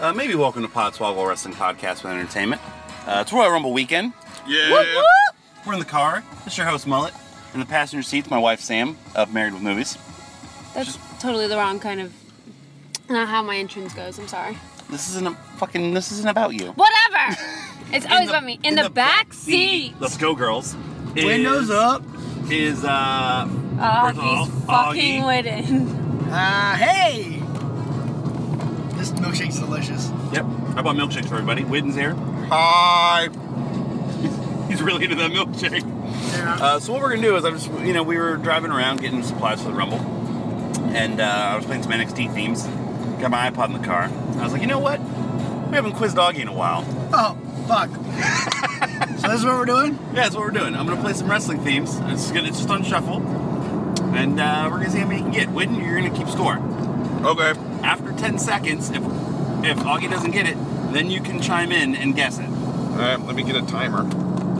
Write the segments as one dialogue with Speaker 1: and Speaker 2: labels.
Speaker 1: Uh, maybe welcome to Podswoggle Wrestling Podcast with Entertainment. Uh, it's Royal Rumble weekend.
Speaker 2: Yeah.
Speaker 1: We're in the car. It's your host Mullet. In the passenger seat's my wife Sam of Married with Movies.
Speaker 3: That's totally the wrong kind of. Not how my entrance goes. I'm sorry.
Speaker 1: This isn't a fucking. This isn't about you.
Speaker 3: Whatever. It's always
Speaker 1: the-
Speaker 3: about me. In,
Speaker 1: in
Speaker 3: the,
Speaker 1: the
Speaker 3: back,
Speaker 1: back
Speaker 3: seat.
Speaker 1: Let's go, girls. Is-
Speaker 2: Windows up.
Speaker 1: Is uh.
Speaker 3: Oh,
Speaker 1: First of all,
Speaker 3: he's fucking
Speaker 1: Augie.
Speaker 3: with it.
Speaker 2: Ah, hey.
Speaker 4: This milkshake's delicious.
Speaker 1: Yep. I bought milkshakes for everybody. Witten's here.
Speaker 2: Hi.
Speaker 1: He's really into that milkshake.
Speaker 4: Yeah.
Speaker 1: Uh, so what we're gonna do is I'm just you know we were driving around getting supplies for the Rumble, and uh, I was playing some NXT themes. Got my iPod in the car. I was like, you know what? We haven't quizzed Augie in a while.
Speaker 4: Oh, fuck. so this is what we're doing?
Speaker 1: Yeah, that's what we're doing. I'm gonna play some wrestling themes. It's gonna it's just on shuffle, and uh, we're gonna see how many you can get. Witten, you're gonna keep score.
Speaker 2: Okay.
Speaker 1: After 10 seconds, if if Augie doesn't get it, then you can chime in and guess it.
Speaker 2: All right, let me get a timer.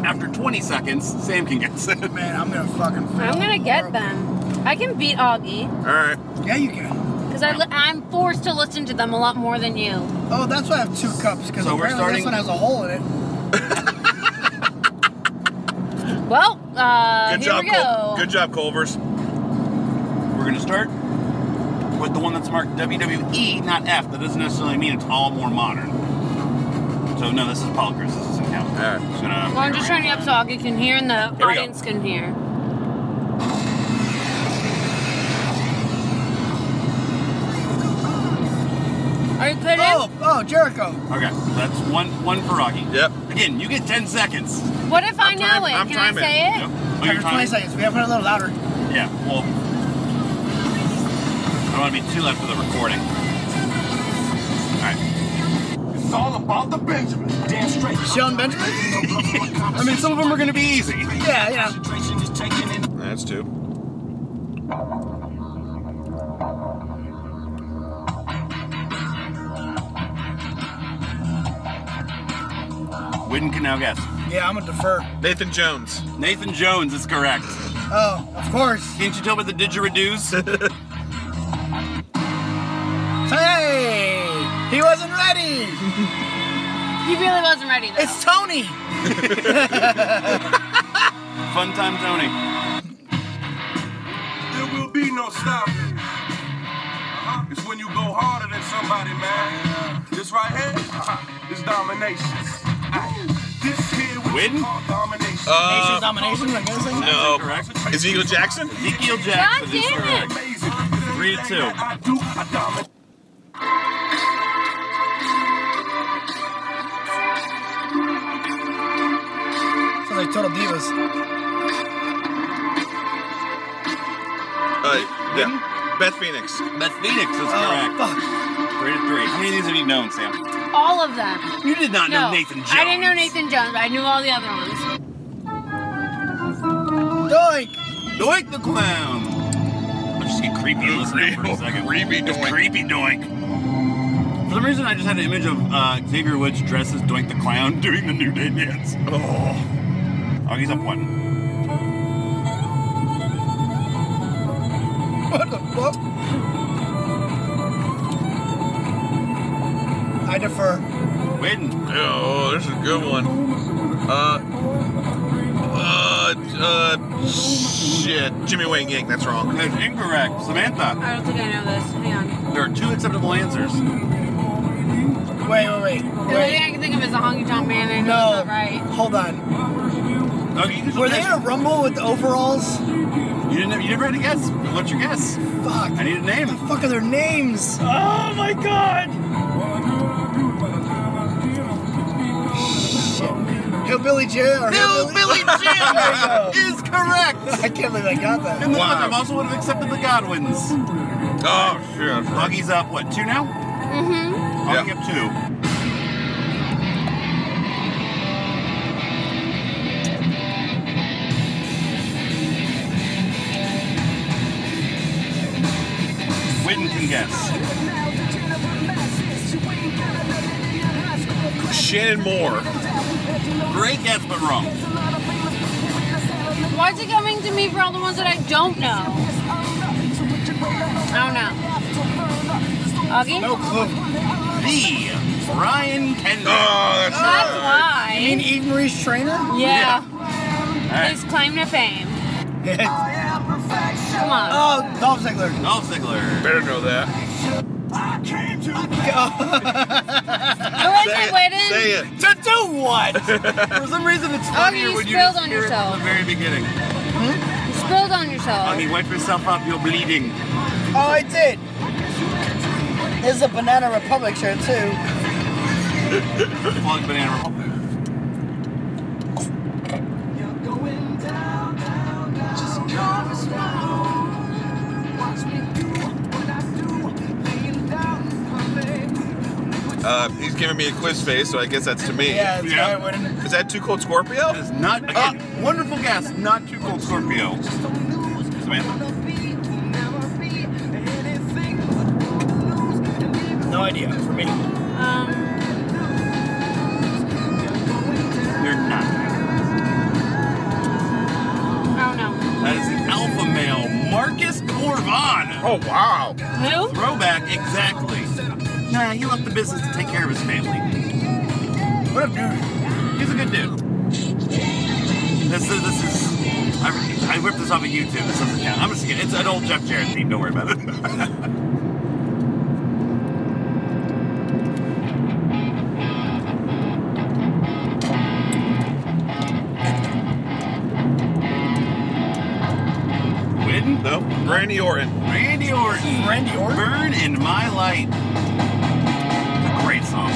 Speaker 1: After 20 seconds, Sam can guess it.
Speaker 4: Man, I'm gonna fucking fail.
Speaker 3: I'm gonna get them. I can beat Augie
Speaker 2: All right.
Speaker 4: Yeah, you can.
Speaker 3: because I li- I'm forced to listen to them a lot more than you.
Speaker 4: Oh, that's why I have two cups, because
Speaker 1: So we're
Speaker 4: apparently
Speaker 1: starting-
Speaker 4: this one has a hole in it.
Speaker 3: Well, uh,
Speaker 2: Good
Speaker 3: here
Speaker 2: job,
Speaker 3: we go.
Speaker 2: Col- Good job, Culvers.
Speaker 1: We're gonna start with the one that's marked WWE, not F. That doesn't necessarily mean it's all more modern. So no, this is Polychris. This doesn't count.
Speaker 2: All right.
Speaker 1: Just gonna-
Speaker 3: Well, I'm just turning it up so Augie can hear and the
Speaker 1: Here we go.
Speaker 3: audience can hear. Are you good?
Speaker 4: Oh, oh, Jericho.
Speaker 1: Okay, so that's one one for Augie.
Speaker 2: Yep.
Speaker 1: Again, you get 10 seconds.
Speaker 3: What if i know
Speaker 2: time-
Speaker 3: it?
Speaker 2: I'm
Speaker 3: can
Speaker 2: timing.
Speaker 3: I say it?
Speaker 1: Yep. Oh,
Speaker 4: After
Speaker 1: you're
Speaker 4: 20
Speaker 1: timing?
Speaker 4: seconds, we have to put it a little louder.
Speaker 1: Yeah, well, I don't want to be too loud for the recording. Alright.
Speaker 5: It's all about the Benjamin. Damn straight.
Speaker 4: Sheldon Benjamin?
Speaker 1: I mean, some of them are going to be easy.
Speaker 4: Yeah, yeah.
Speaker 2: That's two.
Speaker 1: Witten can now guess.
Speaker 4: Yeah, I'm gonna defer.
Speaker 2: Nathan Jones.
Speaker 1: Nathan Jones is correct.
Speaker 4: Oh, of course.
Speaker 1: Can't you tell by the didgeridoos?
Speaker 4: Hey! He wasn't ready!
Speaker 3: He really wasn't ready though.
Speaker 4: It's Tony!
Speaker 1: Fun time, Tony.
Speaker 5: There will be no stopping. Uh-huh. It's when you go harder than somebody, man. This right here uh-huh, is domination. Aye. This here we
Speaker 1: Win?
Speaker 5: call domination.
Speaker 4: Nation's
Speaker 2: Uh,
Speaker 4: domination, I guess. like-
Speaker 2: no.
Speaker 1: Correct?
Speaker 2: Ezekiel Jackson?
Speaker 1: Ezekiel
Speaker 3: God
Speaker 1: Jackson is
Speaker 3: damn
Speaker 1: correct.
Speaker 3: it!
Speaker 5: Amazing.
Speaker 1: Three to two.
Speaker 5: I do, I dominate.
Speaker 4: Sounds like Total Divas.
Speaker 2: Uh, yeah. Beth Phoenix.
Speaker 1: Beth Phoenix is
Speaker 4: Oh,
Speaker 1: correct.
Speaker 4: fuck.
Speaker 1: Three to three. How many of these have you known, Sam?
Speaker 3: All of them.
Speaker 1: You did not
Speaker 3: No,
Speaker 1: know Nathan Jones.
Speaker 3: I didn't know Nathan Jones, but I knew all the other ones.
Speaker 4: Doink!
Speaker 1: Doink the clown. Let's just get creepy and listen to it for a second.
Speaker 2: Creepy doink.
Speaker 1: Creepy doink. For some reason, I just had an image of uh, Xavier Woods dressed as Doink the Clown doing the New Day dance.
Speaker 2: Oh.
Speaker 1: Oh, he's up one.
Speaker 4: What the fuck? I defer.
Speaker 1: Win.
Speaker 2: Oh, this is a good one. Uh. Uh. Uh. Shit. Jimmy Wayne Yank. That's wrong.
Speaker 1: That's incorrect. Samantha.
Speaker 3: I don't think I know this. Hang on.
Speaker 1: There are two acceptable answers.
Speaker 4: Wait, wait, wait.
Speaker 3: The only
Speaker 4: wait.
Speaker 3: thing I can think of is a honky tonk man. I know
Speaker 4: No.
Speaker 3: it's not right.
Speaker 4: Hold on.
Speaker 1: Okay, you, just
Speaker 4: Were they in a rumble with the overalls?
Speaker 1: you didn't. You never had a guess. What's your guess?
Speaker 4: Fuck.
Speaker 1: I need a
Speaker 4: What
Speaker 1: name.
Speaker 4: the fuck are their names?
Speaker 1: Oh my God.
Speaker 4: Hillbilly Jim or Hillbilly?
Speaker 1: Billy Jim
Speaker 4: There
Speaker 1: is correct.
Speaker 4: I can't believe I got that.
Speaker 1: And the
Speaker 2: Wow.
Speaker 1: I also would have accepted the Godwins.
Speaker 2: Oh, shit.
Speaker 1: Augie's up. What two now?
Speaker 3: Mm-hmm.
Speaker 1: I'll
Speaker 2: Yeah.
Speaker 1: yeah. up two. Witten can guess.
Speaker 2: Shannon Moore.
Speaker 1: Great guess, but wrong.
Speaker 3: Why is it coming to me for all the ones that I don't know? I don't know. Augie?
Speaker 4: No clue.
Speaker 1: The Ryan Kendrick.
Speaker 2: Oh, that's
Speaker 3: That's
Speaker 4: You
Speaker 3: why.
Speaker 4: mean Eve Marie's trainer?
Speaker 3: Yeah.
Speaker 1: All
Speaker 3: His
Speaker 1: right.
Speaker 3: claim to fame.
Speaker 4: Yeah.
Speaker 3: Come on.
Speaker 4: oh, Dolph Ziggler.
Speaker 1: Dolph Ziggler.
Speaker 2: Better know that.
Speaker 3: I wish
Speaker 2: Say
Speaker 3: I
Speaker 2: it,
Speaker 3: waited.
Speaker 2: Say it.
Speaker 4: To do what? For some reason, it's
Speaker 3: Augie,
Speaker 4: funny.
Speaker 3: you
Speaker 1: Would
Speaker 3: spilled
Speaker 1: just
Speaker 3: on
Speaker 1: hear it
Speaker 3: yourself.
Speaker 1: From the very beginning.
Speaker 3: You spilled on yourself.
Speaker 1: Augie, wipe yourself up. You're bleeding.
Speaker 4: Oh, I did. This is a Banana Republic shirt too.
Speaker 1: Plug banana republic.
Speaker 2: Uh, he's giving me a quiz face, so I guess that's to me.
Speaker 4: Yeah, it's
Speaker 1: Yeah.
Speaker 4: yeah. winning.
Speaker 2: Is that too cold Scorpio?
Speaker 1: That is not
Speaker 4: Ah,
Speaker 1: again. wonderful guess. Not too cold, Scorpio. Samantha.
Speaker 4: No idea for me.
Speaker 3: Um,
Speaker 1: You're not.
Speaker 3: I don't know.
Speaker 1: That is the alpha male, Marcus Corvon.
Speaker 2: Oh wow!
Speaker 3: Who?
Speaker 1: Throwback, exactly. Nah, he left the business to take care of his family.
Speaker 4: What up, dude?
Speaker 1: He's a good dude. This is this is. I, I ripped this off of YouTube. This doesn't count. I'm just kidding. It's an old Jeff Jarrett theme. Don't worry about it. Win
Speaker 2: No, Randy Orton.
Speaker 1: Randy Orton.
Speaker 4: Randy Orton.
Speaker 1: Burn in My Light. It's a great song.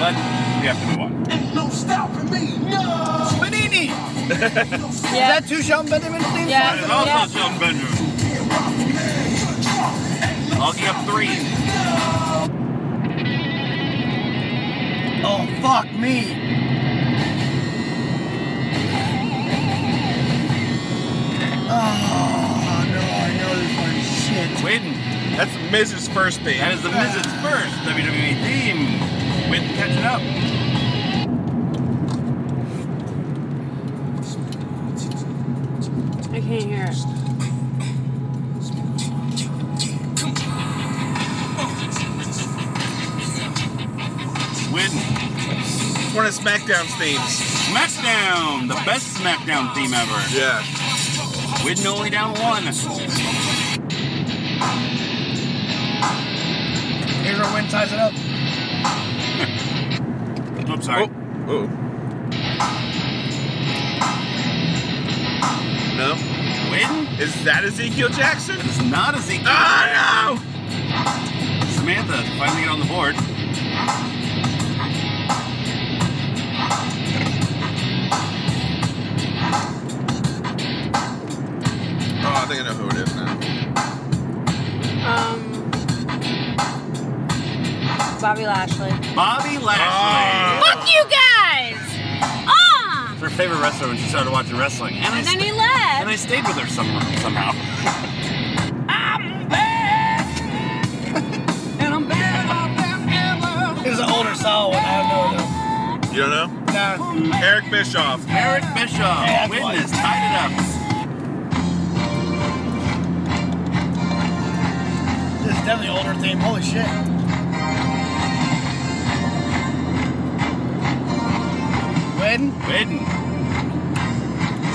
Speaker 1: But we have to move on.
Speaker 5: No stopping me, no.
Speaker 4: Benini.
Speaker 3: Yeah.
Speaker 4: Is that two Sean Benjamin things?
Speaker 3: Yeah.
Speaker 1: That is also John Benjamin. I'll give up three.
Speaker 4: Oh, fuck me. Oh, no, I know this one. Shit.
Speaker 1: Win.
Speaker 2: That's Miz's first theme.
Speaker 1: That is the Miz's first WWE theme. Win catching up.
Speaker 3: I can't hear it.
Speaker 1: Win.
Speaker 2: one of SmackDown's themes.
Speaker 1: SmackDown. The best SmackDown theme ever.
Speaker 2: Yeah.
Speaker 1: Win only down one.
Speaker 4: Hero win ties it up.
Speaker 1: Oops, sorry.
Speaker 2: Oh. oh. No.
Speaker 1: Win.
Speaker 2: Is that Ezekiel Jackson? Oh,
Speaker 1: That is not Ezekiel.
Speaker 2: Ah
Speaker 1: no! Samantha finally get on the board.
Speaker 2: no! Oh, I think I know who it is now.
Speaker 3: Um, Bobby Lashley.
Speaker 1: Bobby
Speaker 4: Ah.
Speaker 1: Lashley.
Speaker 3: Fuck you guys! Ah!
Speaker 1: It's her favorite wrestler when she started watching wrestling. And, I,
Speaker 3: And then
Speaker 1: sta-
Speaker 3: he
Speaker 1: and I
Speaker 3: left.
Speaker 1: stayed with her some- somehow.
Speaker 4: It was an older solid one. I have no idea.
Speaker 2: You don't know?
Speaker 4: Nah.
Speaker 2: Eric Bischoff.
Speaker 1: Eric Bischoff,
Speaker 4: Yeah, that's
Speaker 1: witness, tied it
Speaker 4: This is definitely older theme. Holy shit. Win?
Speaker 1: up. Win.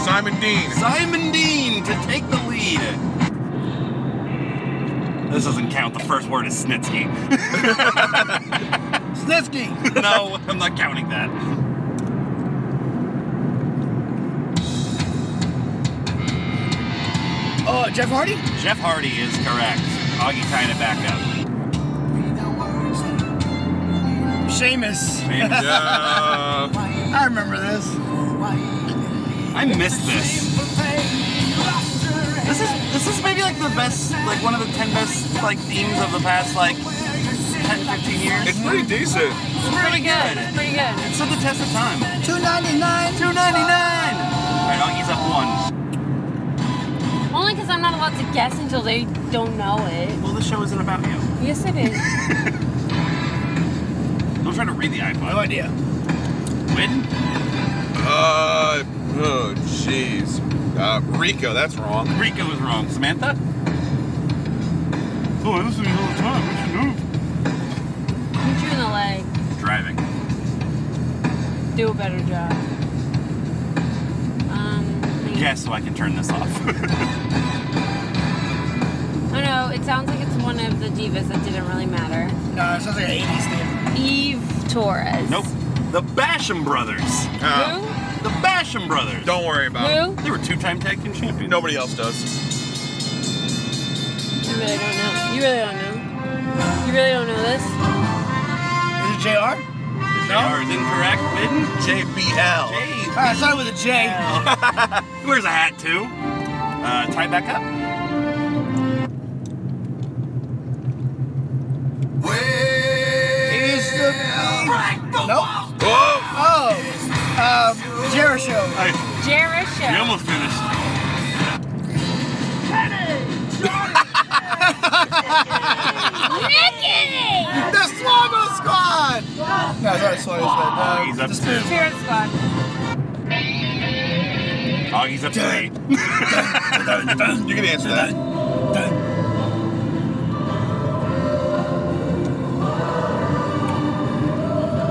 Speaker 2: Simon Dean.
Speaker 1: Simon Dean to take the lead. This doesn't count. The first word is Snitsky.
Speaker 4: Snitsky.
Speaker 1: no, I'm not counting that.
Speaker 4: Oh, Jeff Hardy?
Speaker 1: Jeff Hardy is correct. Augie tying it back up.
Speaker 4: Sheamus.
Speaker 1: Man,
Speaker 2: Yeah.
Speaker 4: I remember this.
Speaker 1: I missed this. This is this is maybe like the the best, like one of the ten best like themes of the past like 10, 15 years.
Speaker 2: It's pretty decent.
Speaker 3: It's pretty good. It's pretty good.
Speaker 1: It's stood the test of time.
Speaker 4: Two ninety nine.
Speaker 1: Two ninety nine. All right, I'll use up one.
Speaker 3: Only because I'm not allowed to guess until they don't know it.
Speaker 1: Well, this show isn't about you.
Speaker 3: Yes, it is.
Speaker 1: I'm trying to read the iPod. No idea. When?
Speaker 2: Uh, oh, jeez. Uh, Rico, that's wrong.
Speaker 1: Rico was wrong. Samantha? Oh, I listen to you all the time. What you
Speaker 3: I'm trying to like
Speaker 1: do? Driving.
Speaker 3: do a better job. Um. maybe-
Speaker 1: Yes, so I can turn this off.
Speaker 3: I know. Oh, It sounds like it's one of the divas that didn't really matter.
Speaker 4: No, it sounds like an eighties thing.
Speaker 3: Eve Torres.
Speaker 1: nope. The Basham Brothers.
Speaker 2: Uh,
Speaker 3: Who?
Speaker 1: The Basham Brothers.
Speaker 2: don't worry about it.
Speaker 3: Who?
Speaker 1: They were two-time tag team champions.
Speaker 2: Nobody else does.
Speaker 3: You really don't know. You really don't know. You really don't know this.
Speaker 4: Is it Jr.
Speaker 1: JR is incorrect. Bidden.
Speaker 2: JBL.
Speaker 1: Hey,
Speaker 4: All right, I thought it was a J.
Speaker 1: he wears a hat too. Uh, tie back up.
Speaker 4: Is the nope.
Speaker 2: Whoa!
Speaker 4: Oh, um, Jericho.
Speaker 3: Jericho.
Speaker 1: You almost finished.
Speaker 3: Nikki!
Speaker 4: The Swaggle Squad. No, it's not Swaggle Squad. Uh,
Speaker 1: He's up to.
Speaker 4: the Spirit-
Speaker 3: Spirit Squad.
Speaker 1: Oh, he's up to eight.
Speaker 2: You can answer that.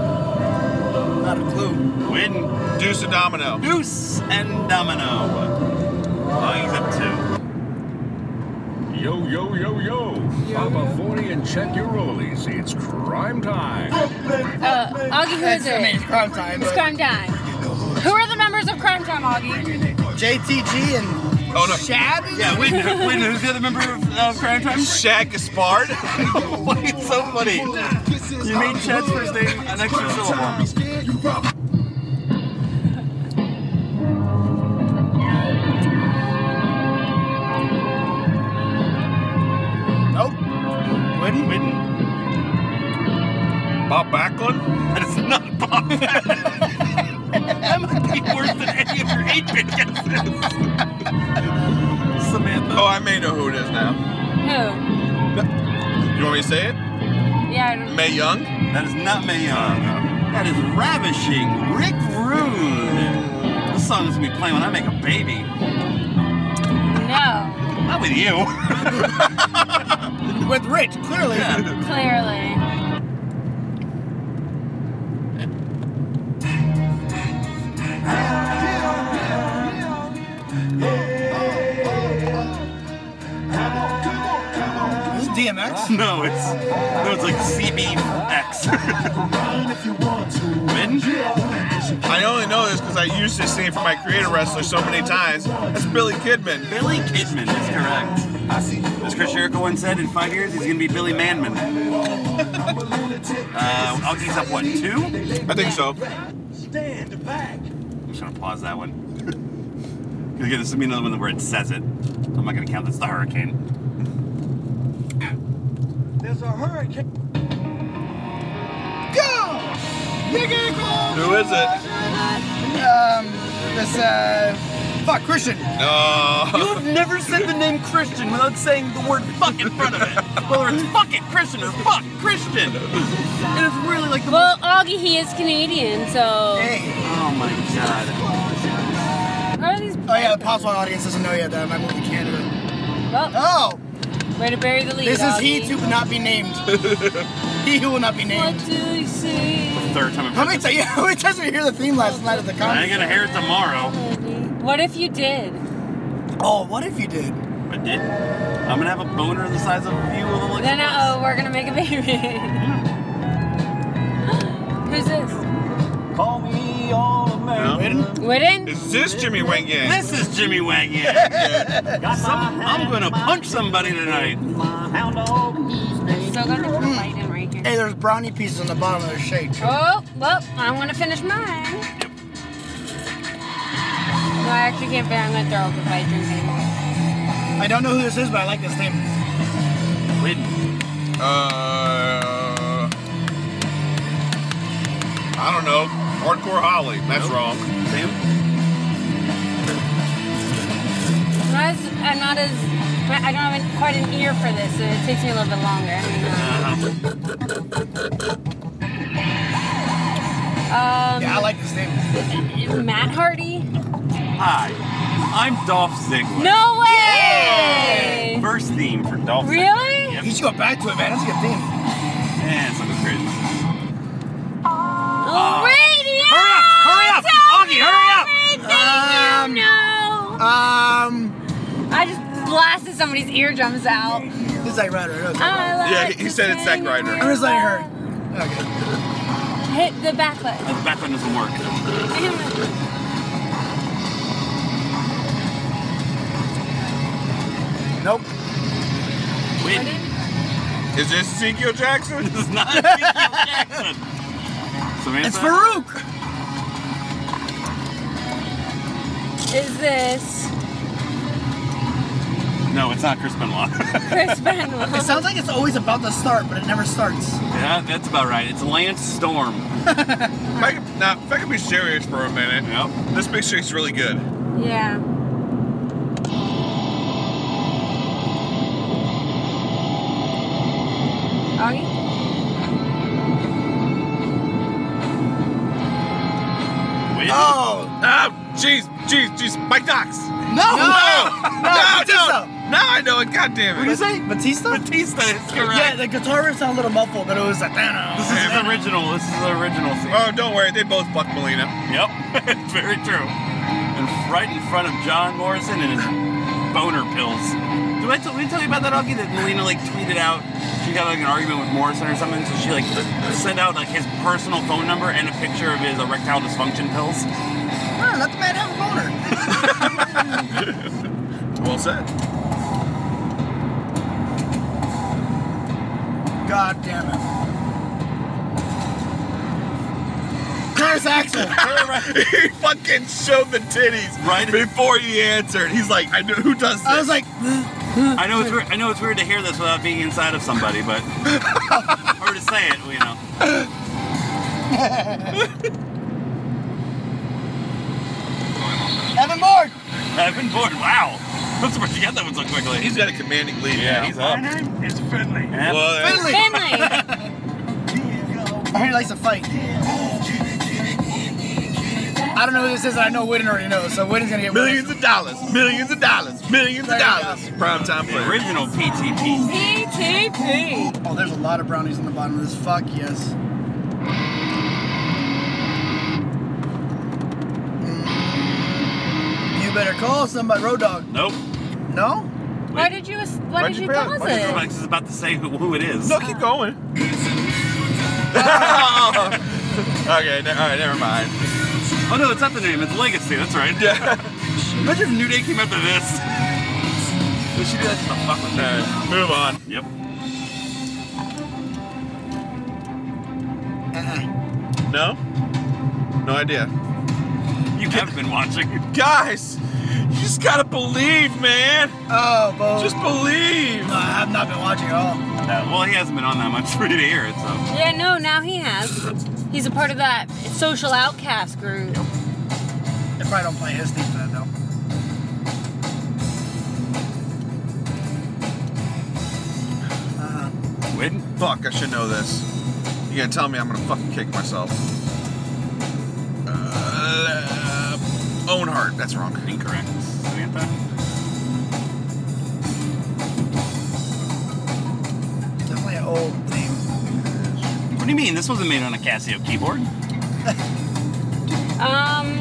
Speaker 4: Not a clue.
Speaker 1: Win.
Speaker 2: Deuce and Domino.
Speaker 1: Deuce and Domino. Oh, he's up to.
Speaker 6: Yo, yo, yo, yo. Pop a 40 and check your rollies. It's crime time.
Speaker 3: Uh, Augie, who is
Speaker 4: I mean,
Speaker 3: it?
Speaker 4: it's crime time.
Speaker 3: It's
Speaker 4: but-
Speaker 3: Crime Time. Who are the members of Crime Time, Augie?
Speaker 4: JTG and
Speaker 2: Oh, no.
Speaker 4: Shab.
Speaker 1: Yeah, Win. Win. Who's the other member of uh, Crime Time?
Speaker 2: Shag Gaspard.
Speaker 1: it's so funny. You made Chad's first name an extra syllable.
Speaker 4: Nope.
Speaker 1: Win. Win.
Speaker 2: Bob Backlund.
Speaker 1: That is not Bob. that might be worse than any of your eight bit guesses. Samantha.
Speaker 2: Oh, I may know who it is now.
Speaker 3: Who?
Speaker 2: You want me to say it?
Speaker 3: Yeah, I don't know.
Speaker 2: May Young.
Speaker 1: That is not Mayon. That is ravishing Rick Rune. This song is gonna be playing when I make a baby.
Speaker 3: No,
Speaker 1: Not with you.
Speaker 4: With Rich, clearly.
Speaker 3: clearly.
Speaker 4: This is DMX.
Speaker 1: No, it's no, it's like CBX. Win?
Speaker 2: I only know this because I used this scene for my creator wrestler so many times. That's Billy Kidman.
Speaker 1: Billy Kidman is correct. As Chris Jericho once said, in five years he's gonna be Billy Manman. uh, I'll geese up one, two.
Speaker 2: I think so.
Speaker 1: I'm just gonna pause that one. Because again, this is another one where it says it. I'm not gonna count. That's the hurricane.
Speaker 5: There's a hurricane.
Speaker 2: Who is it?
Speaker 4: Um, this, uh, fuck, Christian.
Speaker 2: Uh,
Speaker 1: You've never said the name Christian without saying the word "fuck" in front of it. Whether it's "fuck it" Christian or "fuck Christian," it is really like the.
Speaker 3: Well, Augie, he is Canadian, so.
Speaker 4: Hey.
Speaker 1: Oh my god.
Speaker 3: Who are these?
Speaker 4: Oh, yeah, the possible audience doesn't know yet that I'm moving to Canada.
Speaker 3: Well,
Speaker 4: Oh,
Speaker 3: way to bury the lead.
Speaker 4: this is
Speaker 3: Augie.
Speaker 4: he to not be named. he who will not be
Speaker 3: What
Speaker 4: named.
Speaker 3: do you see?
Speaker 1: Third time. I've
Speaker 4: How many, times? yeah, how many times did we hear the theme last night at the
Speaker 1: I ain't gonna
Speaker 4: concert?
Speaker 1: hear it tomorrow.
Speaker 3: What if you did?
Speaker 4: Oh, what if you did?
Speaker 1: I did. I'm gonna have a boner the size of you with a look.
Speaker 3: Then, uh oh, we're gonna make a baby. Who's this?
Speaker 1: Call me all American.
Speaker 3: Whitten?
Speaker 2: is this Jimmy Wang Yang?
Speaker 1: This is Jimmy Wang Yang. Some- I'm gonna punch somebody tonight.
Speaker 3: Still got the light in right here.
Speaker 4: Hey, there's brownie pieces on the bottom of their shake.
Speaker 3: Oh, well, I'm gonna finish mine. No, I actually can't bear. I'm gonna throw up if I drink anymore.
Speaker 4: I don't know who this is, but I like this name.
Speaker 1: Quinn.
Speaker 2: Uh, I don't know. Hardcore Holly. That's wrong.
Speaker 1: Sam?
Speaker 3: I'm not as, I'm not as I don't have an- quite an ear for this, so it takes me a little bit longer. uh, Hang on.
Speaker 1: Uh-huh.
Speaker 3: Um,
Speaker 4: Yeah, I like this name.
Speaker 2: Uh-huh.
Speaker 3: Matt Hardy?
Speaker 1: Hi. I'm Dolph Ziggler.
Speaker 3: No way!
Speaker 1: First theme for Dolph Ziggler.
Speaker 3: Really?
Speaker 4: You should go back to it, man. That's a good theme.
Speaker 1: Man, it's looking crazy.
Speaker 2: Uh,
Speaker 3: Oh, radio!
Speaker 4: Hurry up! Hurry up!
Speaker 3: Everything
Speaker 4: Um,
Speaker 3: you know!
Speaker 4: Um,
Speaker 3: I just blasted somebody's eardrums out.
Speaker 4: this is like Ryder. It was Zack Ryder.
Speaker 3: I like
Speaker 2: Yeah, he- he
Speaker 3: to
Speaker 2: said it's
Speaker 3: sing
Speaker 2: Zack Ryder.
Speaker 4: I'm just letting her. Okay.
Speaker 3: Hit the back button.
Speaker 1: The back one doesn't work.
Speaker 4: Nope.
Speaker 1: Quinn.
Speaker 2: Is this Ezekiel Jackson?
Speaker 1: This is not Ezekiel Jackson. Samantha?
Speaker 4: It's Farouk.
Speaker 3: Is this
Speaker 1: No, it's not Chris Benoit.
Speaker 3: Chris Benoit?
Speaker 4: It sounds like it's always about to start, but it never starts.
Speaker 1: yeah, that's about right. It's Lance Storm.
Speaker 2: If I could- now, if I could be serious for a minute,
Speaker 1: Yep.
Speaker 2: this picture is really good.
Speaker 3: yeah. Augie?
Speaker 1: Wait.
Speaker 4: Oh
Speaker 2: Ah, jeez, jeez, jeez. Mike Knox.
Speaker 4: no! Oh,
Speaker 2: No, no,
Speaker 4: Batista.
Speaker 2: Now I know it. God damn
Speaker 4: What do you
Speaker 2: it.
Speaker 4: say, Batista?
Speaker 1: Batista is
Speaker 4: Yeah,
Speaker 1: correct.
Speaker 4: the guitar riff sounded a little muffled, but it was like.
Speaker 1: This is his original. This is the original scene.
Speaker 2: Oh, don't worry. They both fucked Melina.
Speaker 1: Yep, it's very true. And right in front of John Morrison and his boner pills. Did I, tell, did I tell you about that, Augie? That Melina like tweeted out she got like an argument with Morrison or something, so she like sent out like his personal phone number and a picture of his erectile dysfunction pills.
Speaker 4: Oh, let the man have a boner.
Speaker 2: Well said.
Speaker 4: God damn it. Curse Axel.
Speaker 2: he fucking showed the titties
Speaker 1: Right.
Speaker 2: before he answered. He's like, I know who does this.
Speaker 4: I was like,
Speaker 1: I know it's weird, I know it's weird to hear this without being inside of somebody, but or to say it, you know.
Speaker 4: Evan Bourne.
Speaker 1: I've been bored. Wow, I'm surprised you got that one so quickly.
Speaker 2: he's got a commanding lead. now.
Speaker 1: up.
Speaker 5: name is Finley.
Speaker 1: Yep.
Speaker 2: Well,
Speaker 4: Finley.
Speaker 3: Finley!
Speaker 4: I heard he likes to fight. I don't know who this is, and I know Whitten already knows, so Witten's gonna get
Speaker 2: millions of dollars, millions of dollars, millions
Speaker 4: There
Speaker 2: of
Speaker 4: you go.
Speaker 2: dollars. Prime time
Speaker 1: The
Speaker 2: player.
Speaker 1: original PTP.
Speaker 3: PTP!
Speaker 4: Oh, there's a lot of brownies in the bottom of this. Fuck yes. You better call somebody, Road Dog.
Speaker 1: Nope.
Speaker 4: No?
Speaker 3: Why did you, why
Speaker 2: Why'd
Speaker 3: did
Speaker 2: you
Speaker 3: you
Speaker 2: put it-
Speaker 3: pause
Speaker 2: why'd you
Speaker 3: it?
Speaker 1: Alex is about to say who, who it is.
Speaker 2: No, keep going. okay, ne- all right, never mind.
Speaker 1: Oh no, it's not the name. It's Legacy. That's right. Imagine if New Day came after this. They should do that to the fuck with
Speaker 2: All
Speaker 1: that.
Speaker 2: right, move on.
Speaker 1: Yep.
Speaker 2: No, no idea.
Speaker 1: You haven't been watching. Uh,
Speaker 2: Guys, you just gotta believe, man.
Speaker 4: Oh, Bo.
Speaker 2: Just believe.
Speaker 4: No, I have not been watching at all.
Speaker 1: Uh, well, he hasn't been on that much for you to hear it. So
Speaker 3: Yeah, no, now he has. He's a part of that social outcast group.
Speaker 4: They probably don't play his theme for that, though. Uh,
Speaker 1: Win.
Speaker 2: Fuck, I should know this. You gonna tell me I'm gonna fucking kick myself. Uh, own heart. That's wrong.
Speaker 1: Incorrect. Samantha.
Speaker 4: definitely an old theme.
Speaker 1: What do you mean? This wasn't made on a Casio keyboard.
Speaker 3: Um,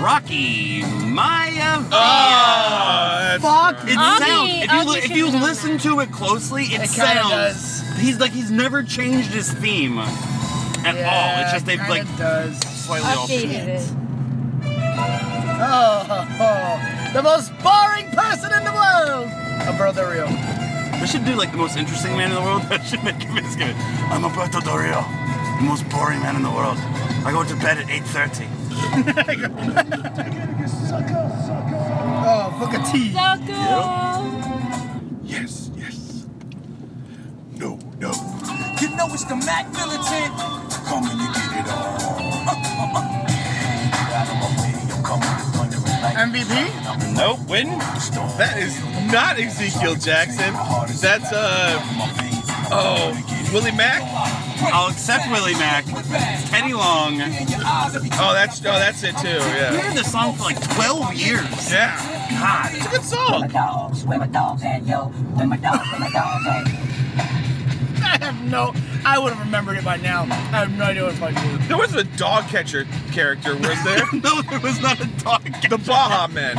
Speaker 1: Rocky Maya.
Speaker 2: Oh,
Speaker 4: Fuck!
Speaker 1: It
Speaker 3: I'll
Speaker 1: sounds.
Speaker 3: be-
Speaker 1: If
Speaker 3: I'll
Speaker 1: you,
Speaker 3: be
Speaker 1: li- if
Speaker 3: sure
Speaker 1: you
Speaker 3: to know
Speaker 1: listen to it closely, it,
Speaker 4: It kinda
Speaker 1: sounds.
Speaker 4: does.
Speaker 1: He's like he's never changed his theme at all. Oh, It's just they've
Speaker 4: kinda
Speaker 1: like
Speaker 4: does.
Speaker 1: slightly altered.
Speaker 3: updated it.
Speaker 4: Oh, ho, ho. the most boring person in the world. Alberto Del Rio.
Speaker 1: They should do like the most interesting man in the world. That should make him as good. I'm Alberto Del Rio, the most boring man in the world. I go to bed at 8.30.
Speaker 4: Oh, Booker T.
Speaker 3: Sucker!
Speaker 5: Yes, yes. No, no. You know it's the Mac militant. Coming to get it all.
Speaker 4: MVP?
Speaker 2: Nope, Witten. That is not Ezekiel Jackson. That's uh oh Willie Mack.
Speaker 1: I'll accept Willie Mack. Kenny Long.
Speaker 2: Oh, that's oh that's it too.
Speaker 1: We
Speaker 2: Yeah,
Speaker 1: heard this song for like 12 years.
Speaker 2: yeah.
Speaker 1: God.
Speaker 2: It's a good song.
Speaker 7: dogs, where my dogs at, yo? Where my dogs, where my dogs at?
Speaker 4: I have no. I would have remembered it by now. I have no idea what fuck it is.
Speaker 2: There was a dog catcher character, was there?
Speaker 1: No, there was not a dog.
Speaker 2: the Baja Men.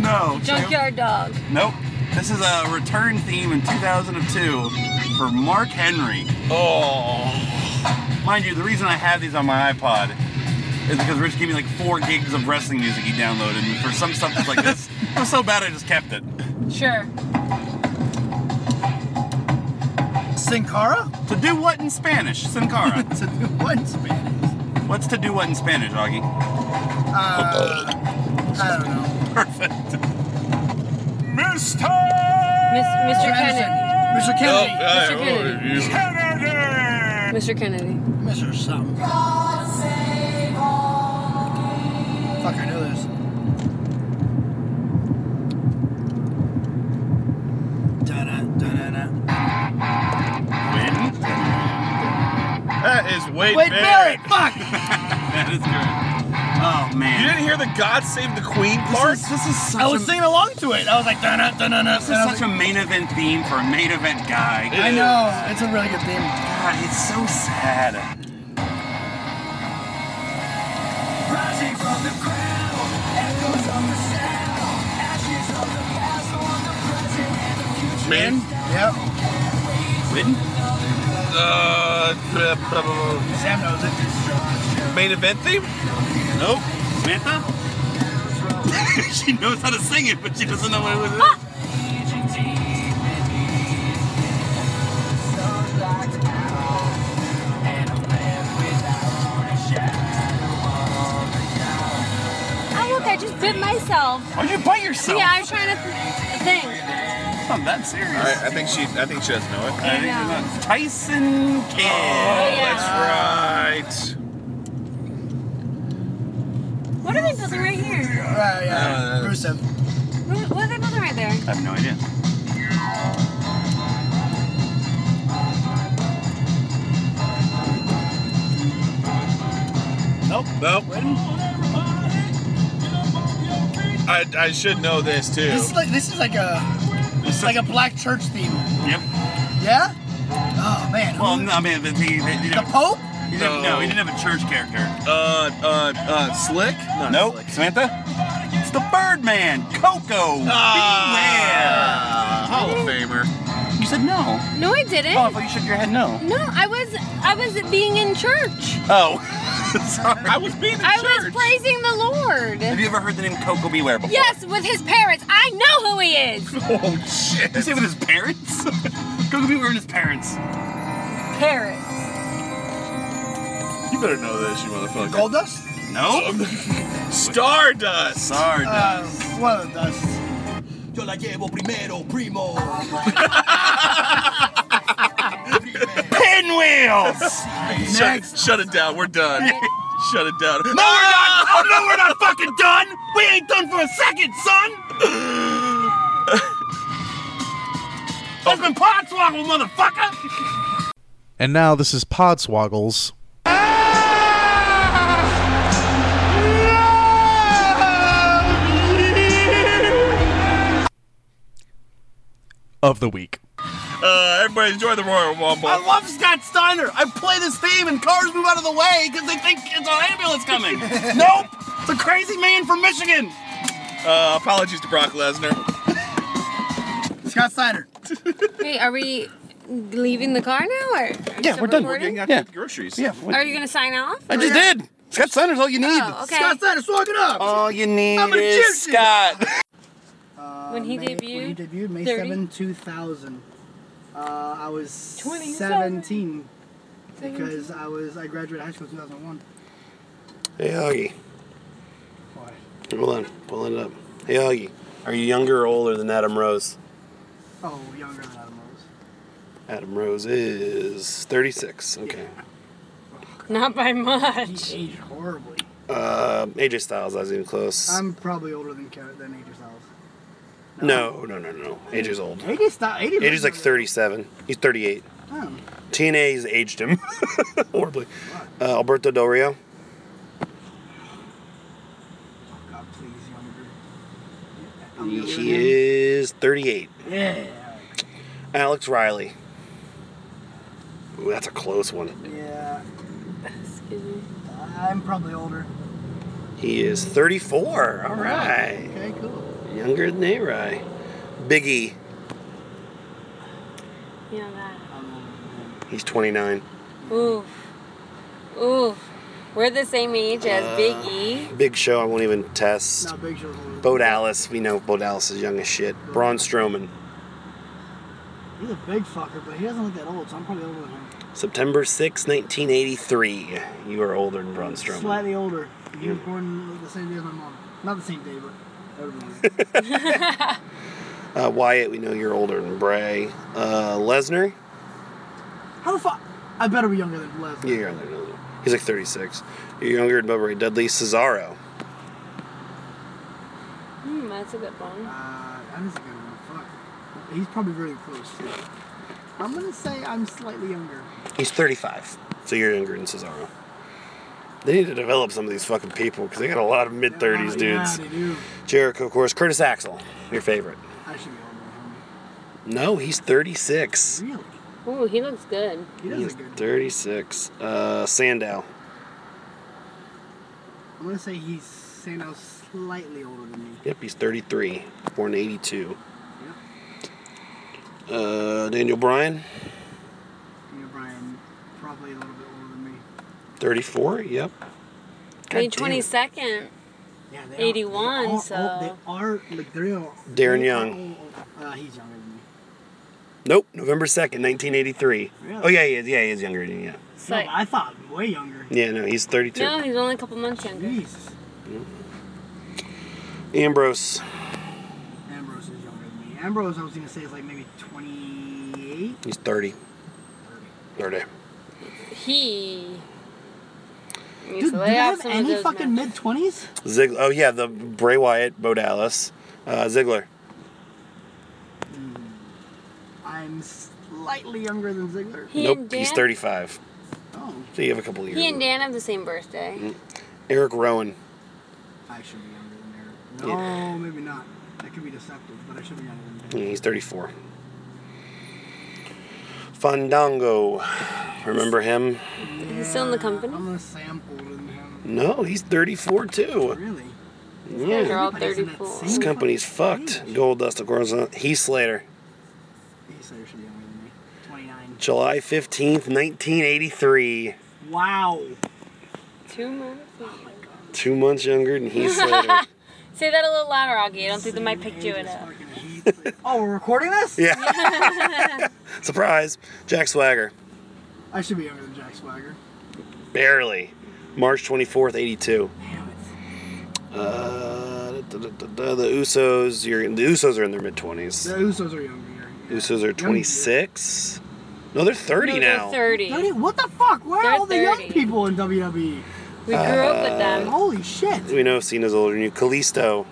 Speaker 1: No.
Speaker 3: Junkyard dog.
Speaker 1: Nope. This is a return theme in 2002 for Mark Henry.
Speaker 2: Oh,
Speaker 1: Mind you, the reason I have these on my iPod is because Rich gave me like four gigs of wrestling music he downloaded, and for some stuff that's like this, it was so bad I just kept it.
Speaker 3: Sure.
Speaker 4: Sin Cara?
Speaker 1: To do what in Spanish? Sin Cara.
Speaker 4: It's a new one in Spanish.
Speaker 1: What's to do what in Spanish, Augie?
Speaker 4: I don't know.
Speaker 1: Perfect.
Speaker 3: Miss, Mr. Kennedy.
Speaker 4: Mr.
Speaker 2: oh,
Speaker 4: Kennedy.
Speaker 2: uh,
Speaker 3: Mr.
Speaker 2: oh,
Speaker 3: Mr. Kennedy.
Speaker 4: Mr. Something. Fuck, I know this. Da-da, da-da-da.
Speaker 2: that is Wade,
Speaker 4: Wait,
Speaker 2: Barrett.
Speaker 4: Barrett! Fuck!
Speaker 1: That is good. Oh
Speaker 2: You
Speaker 1: man.
Speaker 2: didn't hear the God Save the Queen part?
Speaker 1: This is, this is such
Speaker 4: I was
Speaker 1: a,
Speaker 4: singing along to it. I was like, da-na, da-na, da
Speaker 1: this is such a main event theme for a main event guy.
Speaker 4: I know. It's a really good theme.
Speaker 1: God, it's so sad.
Speaker 2: Man.
Speaker 4: Yep.
Speaker 1: Witten?
Speaker 2: Uh, blah, blah, blah,
Speaker 4: Sam knows it.
Speaker 2: blah. main event theme?
Speaker 1: Nope. Samantha? she knows how to sing it, but she doesn't know what it is.
Speaker 3: Oh, look, I just bit myself.
Speaker 1: Oh, you bite yourself.
Speaker 3: Yeah, I was trying to th- think.
Speaker 1: It's not that serious.
Speaker 2: All right, I think she, I think she doesn't know it.
Speaker 1: I think
Speaker 3: Yeah.
Speaker 1: it's not- Tyson Kidd.
Speaker 3: Oh, Yeah.
Speaker 2: That's right.
Speaker 3: What are they building right here?
Speaker 4: Right, yeah.
Speaker 2: Uh,
Speaker 4: Rusev.
Speaker 3: What, what are they building right there?
Speaker 1: I have no idea.
Speaker 4: Nope.
Speaker 2: Nope. I, I should know this too.
Speaker 4: This is like this is like a
Speaker 1: It's
Speaker 4: like a black church theme.
Speaker 1: Yep.
Speaker 4: Yeah? Oh man.
Speaker 1: Well, no, I mean, the, the, the, the,
Speaker 4: the Pope?
Speaker 1: he didn't, no, he didn't have a church character.
Speaker 2: Uh, uh, uh, Slick? No, not
Speaker 1: Nope.
Speaker 2: Slick.
Speaker 1: Samantha? It's the Birdman, Coco.
Speaker 2: Ah, Hall of
Speaker 1: Beware.
Speaker 2: Famer.
Speaker 1: You said no.
Speaker 3: No, I didn't.
Speaker 1: Oh, I thought you shook your head no.
Speaker 3: No, I was I was being in church.
Speaker 1: Oh. Sorry.
Speaker 2: I was being the
Speaker 3: I
Speaker 2: church.
Speaker 3: was praising the
Speaker 1: Have
Speaker 3: Lord.
Speaker 1: you ever heard the name Coco Beware before?
Speaker 3: Yes, with his parents. I know who he is.
Speaker 2: Oh shit!
Speaker 1: Did you say with his parents? Coco Beware and his parents.
Speaker 3: Parents.
Speaker 2: You better know this, you motherfucker.
Speaker 4: Goldust?
Speaker 1: No.
Speaker 2: Stardust.
Speaker 1: Sorry.
Speaker 4: Uh one of the dusts.
Speaker 5: Yo la llevo primero, primo.
Speaker 1: Pinwheels.
Speaker 2: Shut, shut it down. We're done. shut it down. Ah! No,
Speaker 1: Oh no, we're not fucking done. We ain't done for a second, son. That's been Podswoggle, motherfucker.
Speaker 8: And now this is Podswoggles. Of the week.
Speaker 2: Uh, everybody enjoy the Royal Rumble.
Speaker 1: I love Scott Steiner. I play this theme and cars move out of the way because they think it's an ambulance coming. nope. It's a crazy man from Michigan.
Speaker 2: Uh, apologies to Brock Lesnar.
Speaker 4: Scott Steiner.
Speaker 3: Wait, are we leaving the car now or?
Speaker 1: Yeah, we're done.
Speaker 3: We're
Speaker 2: Getting out
Speaker 1: Yeah.
Speaker 2: the groceries.
Speaker 3: Are you gonna sign off?
Speaker 1: I just did. Scott Steiner's all you need.
Speaker 3: Oh, okay.
Speaker 4: Scott Steiner, swag it up!
Speaker 1: All you need
Speaker 4: I'm gonna
Speaker 1: is
Speaker 4: shoot you.
Speaker 1: Scott.
Speaker 3: when he
Speaker 4: May- When he
Speaker 3: debuted.
Speaker 4: debuted May
Speaker 3: 30.
Speaker 4: 7, 2000. Uh, I was
Speaker 3: 27.
Speaker 4: 17 because I was I graduated high school in 2001.
Speaker 9: Hey, Augie. Pull in. Pull it up. Hey, Augie. Are you younger or older than Adam Rose?
Speaker 4: Oh, younger than Adam Rose.
Speaker 9: Adam Rose is 36. Okay.
Speaker 3: Not by much.
Speaker 4: He aged horribly.
Speaker 9: Uh, AJ Styles, I was even close.
Speaker 4: I'm probably older than Ke- than AJ Styles.
Speaker 9: no, no, no, no, no. AJ's old.
Speaker 4: AJ Styles. AJ
Speaker 9: AJ's like 37. He's 38.
Speaker 4: Oh,
Speaker 9: TNA's aged him horribly. Uh, Alberto Del Rio.
Speaker 4: God, please, younger. I'm younger than
Speaker 9: He
Speaker 4: him.
Speaker 9: is 38.
Speaker 4: Yeah.
Speaker 9: Alex Riley. Ooh, that's a close one.
Speaker 4: Yeah.
Speaker 3: Excuse me.
Speaker 4: I'm probably older.
Speaker 9: He is 34. All right.
Speaker 4: Okay, cool.
Speaker 9: Younger than A-Rai. Biggie.
Speaker 3: Yeah, that.
Speaker 4: I'm older than him.
Speaker 9: He's 29.
Speaker 3: Oof. Oof. We're the same age as
Speaker 4: Uh.
Speaker 3: Big E.
Speaker 9: Big Show, I won't even test.
Speaker 4: No, Big Show's older.
Speaker 9: Bo Dallas, we know Bo Dallas is young as shit. Braun Strowman.
Speaker 4: He's a big fucker, but he doesn't look that old, so I'm probably older than him.
Speaker 9: September 6, 1983. You are older than Braun Strowman.
Speaker 4: Slightly older. He was born the same day as my mom. Not the same day, but everyone.
Speaker 9: Uh, Wyatt, we know you're older than Bray. Uh, Lesnar,
Speaker 4: How the fuck? I better be younger than Lesnar.
Speaker 9: you're younger than him. He's like 36. You're younger than Bubba Ray Dudley. Cesaro.
Speaker 3: Hmm, that's a good one.
Speaker 4: Uh, that is a good one. Fuck. He's probably really close too. I'm gonna say I'm slightly younger.
Speaker 9: He's 35. So you're younger than Cesaro. They need to develop some of these fucking people because they got a lot of mid 30s dudes.
Speaker 4: Oh, Yeah, they do.
Speaker 9: Jericho, of course. Curtis Axel, your favorite.
Speaker 4: I should be older
Speaker 9: No, he's 36.
Speaker 4: than him. Really?
Speaker 3: Ooh, he looks good.
Speaker 4: He does
Speaker 9: He's
Speaker 4: look good.
Speaker 9: 36. Uh, Sandow.
Speaker 4: I'm gonna say he's Sandow slightly older than me.
Speaker 9: Yep, he's 33. Born 82.
Speaker 4: Yep.
Speaker 9: Uh, Daniel Bryan,
Speaker 4: You know, Brian, probably a little bit older than me.
Speaker 9: 34. Yep. God
Speaker 3: May
Speaker 9: damn it.
Speaker 3: 22nd.
Speaker 4: Yeah, they
Speaker 3: 81,
Speaker 4: Are, they are,
Speaker 3: so-
Speaker 4: they are like they're all.
Speaker 9: Darren
Speaker 4: they are
Speaker 9: Young.
Speaker 4: all- Uh, he's younger than me.
Speaker 9: Nope, November 2nd, 1983.
Speaker 4: Really?
Speaker 9: Oh, yeah, he is. Yeah, he is younger than you. Yeah.
Speaker 3: It's
Speaker 4: No,
Speaker 3: like,
Speaker 4: I thought way younger.
Speaker 9: Yeah, no, he's 32.
Speaker 3: no, he's only a couple months younger.
Speaker 4: Jesus.
Speaker 9: Ambrose.
Speaker 4: Ambrose is younger than me. Ambrose, I was gonna say is like maybe 28.
Speaker 9: He's 30. 30.
Speaker 3: He. needs
Speaker 4: Dude,
Speaker 3: to
Speaker 4: do
Speaker 3: lay off
Speaker 4: they have
Speaker 3: some of
Speaker 4: any
Speaker 3: those
Speaker 4: fucking
Speaker 3: matches.
Speaker 4: mid 20s?
Speaker 9: Zig- oh, yeah, the Bray Wyatt, Bo Dallas, uh, Ziggler.
Speaker 4: I'm slightly younger than Ziggler.
Speaker 3: He
Speaker 9: nope,
Speaker 3: and Dan,
Speaker 9: he's 35.
Speaker 4: Oh,
Speaker 9: So you have a couple of years.
Speaker 3: He and Dan have the same birthday.
Speaker 9: Eric Rowan.
Speaker 4: I should be younger than Eric. No, maybe not. That could be deceptive, but I should be younger than
Speaker 9: Yeah,
Speaker 4: him.
Speaker 9: he's 34. Fandango. Remember him?
Speaker 3: He's still in the company.
Speaker 4: I'm gonna say I'm older than him.
Speaker 9: No, he's 34 too.
Speaker 4: Really?
Speaker 3: These guys are all
Speaker 4: But isn't that
Speaker 3: 34.
Speaker 9: This
Speaker 4: same
Speaker 9: company's
Speaker 4: fucking
Speaker 9: fucked.
Speaker 4: age?
Speaker 9: Goldust, of course. uh, Heath Slater.
Speaker 4: He said he should be younger than me. 29.
Speaker 9: July 15th, 1983.
Speaker 4: Wow.
Speaker 3: Two months.
Speaker 9: Two months younger than Heath Slater.
Speaker 3: Say that a little louder, Augie. I don't think the mic picked you
Speaker 4: Ages
Speaker 3: up.
Speaker 4: fucking heat. oh, we're recording this?
Speaker 9: yeah. Surprise. Jack Swagger.
Speaker 4: I should be younger than Jack Swagger.
Speaker 9: Barely. March 24th, 82.
Speaker 4: Damn it.
Speaker 9: Uh, da- da- da- da- the Usos. You're, the Usos are in their mid
Speaker 4: The
Speaker 9: 20s.
Speaker 4: Usos are younger.
Speaker 9: The Usos are 26. No, they're 30
Speaker 3: No, they're
Speaker 9: now.
Speaker 3: 30.
Speaker 4: 30? What the fuck? Where are
Speaker 3: They're
Speaker 4: all the young
Speaker 3: 30.
Speaker 4: people in WWE?
Speaker 3: We grew up with
Speaker 9: Uh.
Speaker 3: them.
Speaker 4: Holy shit.
Speaker 9: We know Cena's older than you. Kalisto,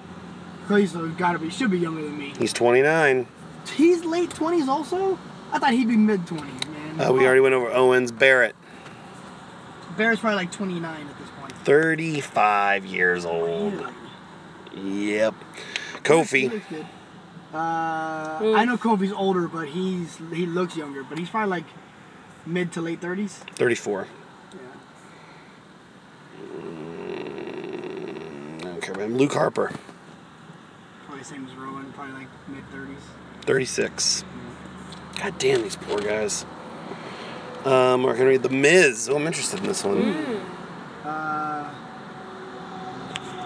Speaker 4: Kalisto's gotta be, should be younger than me.
Speaker 9: he's 29.
Speaker 4: He's late 20s also? I thought he'd be mid 20s, man.
Speaker 9: Uh, we already went over Owens. Barrett,
Speaker 4: Barrett's probably like 29 at this point.
Speaker 9: 35 years old.
Speaker 4: Really?
Speaker 9: Yep.
Speaker 4: He
Speaker 9: Kofi,
Speaker 4: looks good. Uh, I know Kofi's older, but he's he looks younger. But he's probably like mid to late 30s.
Speaker 9: 34.
Speaker 4: Yeah.
Speaker 9: I don't care about him. Luke Harper,
Speaker 4: Probably same as Rowan, probably like mid 30s.
Speaker 9: 36. God damn these poor guys. Uh, Mark Henry, The Miz. Oh, I'm interested in this one.
Speaker 4: Uh,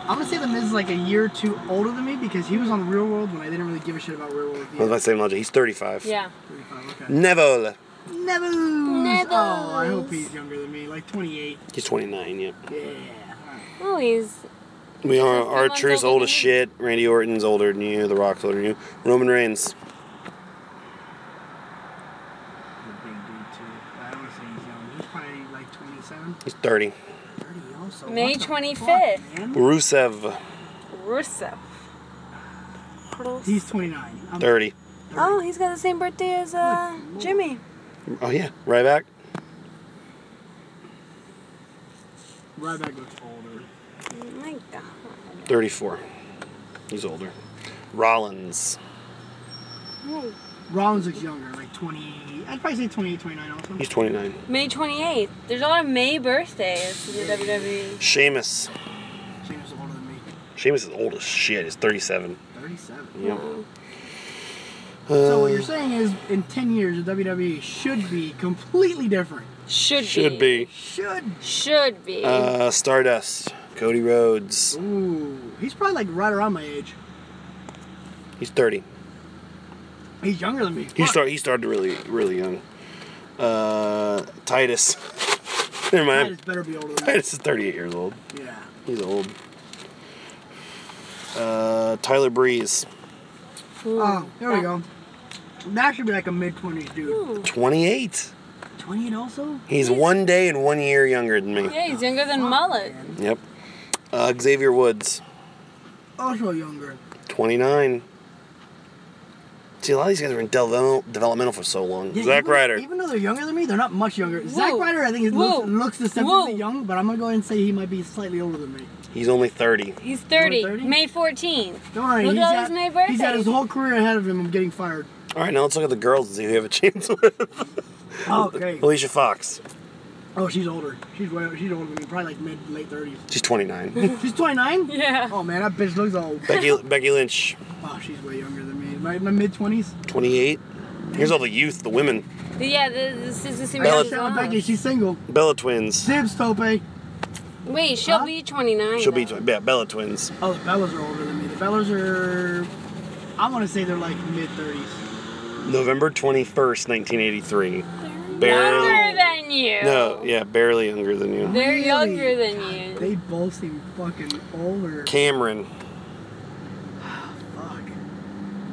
Speaker 4: I'm gonna say the Miz is like a year or two older than me because he was on the Real World when I didn't really give a shit about Real World.
Speaker 9: I was about to say Melody. He's 35.
Speaker 3: Yeah.
Speaker 4: 35, okay.
Speaker 9: Neville,
Speaker 4: Neville. Oh, I hope he's younger than me, like 28.
Speaker 9: he's 29.
Speaker 4: Yeah.
Speaker 9: Yep.
Speaker 4: All right.
Speaker 3: Well, Oh, he's
Speaker 9: We are
Speaker 3: Because no
Speaker 9: our
Speaker 3: one's
Speaker 9: true's
Speaker 3: older
Speaker 9: old
Speaker 3: than
Speaker 9: as
Speaker 3: you.
Speaker 9: shit. Randy Orton's older than you. The Rock's older than you. Roman Reigns.
Speaker 4: He's a big dude too. I don't say he's young. He's probably like 27,
Speaker 9: He's thirty.
Speaker 4: 30 also.
Speaker 3: May
Speaker 4: What the
Speaker 3: 25th.
Speaker 4: fuck, man?
Speaker 9: Rusev.
Speaker 3: Rusev.
Speaker 4: He's 29. I'm
Speaker 9: Thirty.
Speaker 3: Oh, he's got the same birthday as uh, Jimmy.
Speaker 9: Oh yeah. Right back.
Speaker 4: Ryback looks older.
Speaker 3: My God.
Speaker 9: Thirty-four. He's older. Rollins.
Speaker 4: Rollins looks younger, like 20. I'd probably say 28, 29 also.
Speaker 9: He's twenty-nine.
Speaker 3: May 28th. There's a lot of May birthdays in the E. WWE.
Speaker 9: Sheamus.
Speaker 4: James is older than me.
Speaker 9: Sheamus is old as shit. He's thirty-seven.
Speaker 4: 37.
Speaker 9: Yep.
Speaker 4: so what you're saying is, in 10 years, the WWE should be completely different.
Speaker 3: Should,
Speaker 9: Should be.
Speaker 4: Should.
Speaker 3: Should be.
Speaker 9: Uh, Stardust. Cody Rhodes.
Speaker 4: Ooh, he's probably like right around my age.
Speaker 9: He's thirty.
Speaker 4: He's younger than me.
Speaker 9: He
Speaker 4: Fuck.
Speaker 9: start. He started really, really young. Uh, Titus. Never
Speaker 4: Titus
Speaker 9: mind.
Speaker 4: better be older than me.
Speaker 9: Titus is thirty-eight years old.
Speaker 4: Yeah.
Speaker 9: He's old. Uh, Tyler Breeze,
Speaker 4: Oh, there we go. That should be like a mid 20s dude.
Speaker 9: 28.
Speaker 4: 28 also?
Speaker 9: He's one day and one year younger than me.
Speaker 3: yeah, he's younger than Mullet.
Speaker 9: Yep. Uh, Xavier Woods,
Speaker 4: Also younger.
Speaker 9: 29. See, a lot of these guys are in devel- develamental for so long.
Speaker 4: Yeah,
Speaker 9: Zack
Speaker 4: even-
Speaker 9: Ryder.
Speaker 4: Even though they're younger than me, they're not much younger. Zack
Speaker 3: Whoa.
Speaker 4: Ryder, I think, is
Speaker 3: Whoa.
Speaker 4: looks, looks
Speaker 3: Whoa.
Speaker 4: deceptively young, but I'm gonna go ahead and say he might be slightly older than me.
Speaker 9: He's only 30.
Speaker 3: He's 30.
Speaker 4: Over 30?
Speaker 3: May 14th.
Speaker 4: Don't worry,
Speaker 3: Look
Speaker 4: he's
Speaker 3: at all
Speaker 4: got,
Speaker 3: his May
Speaker 4: He's got his
Speaker 3: birthdays.
Speaker 4: whole career ahead of him of getting fired.
Speaker 9: All right, now let's look at the girls and see who we have a chance with.
Speaker 4: Oh, Okay.
Speaker 9: Alicia Fox.
Speaker 4: Oh, she's older. She's way she's older than me, probably like mid late 30s.
Speaker 9: She's 29.
Speaker 4: She's 29?
Speaker 3: Yeah.
Speaker 4: Oh man, that bitch looks old.
Speaker 9: Becky, Becky Lynch,
Speaker 4: Oh, she's way younger than me. My, my mid 20s.
Speaker 9: 28. Here's all the youth, the women.
Speaker 3: Yeah, this, this is
Speaker 9: Bella-
Speaker 3: going
Speaker 4: Shout out Becky, she's single.
Speaker 9: Bella Twins.
Speaker 4: Dibs, Tope.
Speaker 3: Wait, she'll
Speaker 4: Huh?
Speaker 3: be 29.
Speaker 9: She'll be,
Speaker 3: though.
Speaker 9: yeah, Bella Twins.
Speaker 4: Oh, the Bellas are older than me. The Bellas are, I want to say they're like mid 30s.
Speaker 9: November 21st, 1983.
Speaker 3: Younger
Speaker 9: Barely.
Speaker 3: than you.
Speaker 9: No, yeah, barely younger than you.
Speaker 3: They're
Speaker 4: Really?
Speaker 3: younger than you.
Speaker 4: They both seem fucking older.
Speaker 9: Cameron,
Speaker 4: Fuck.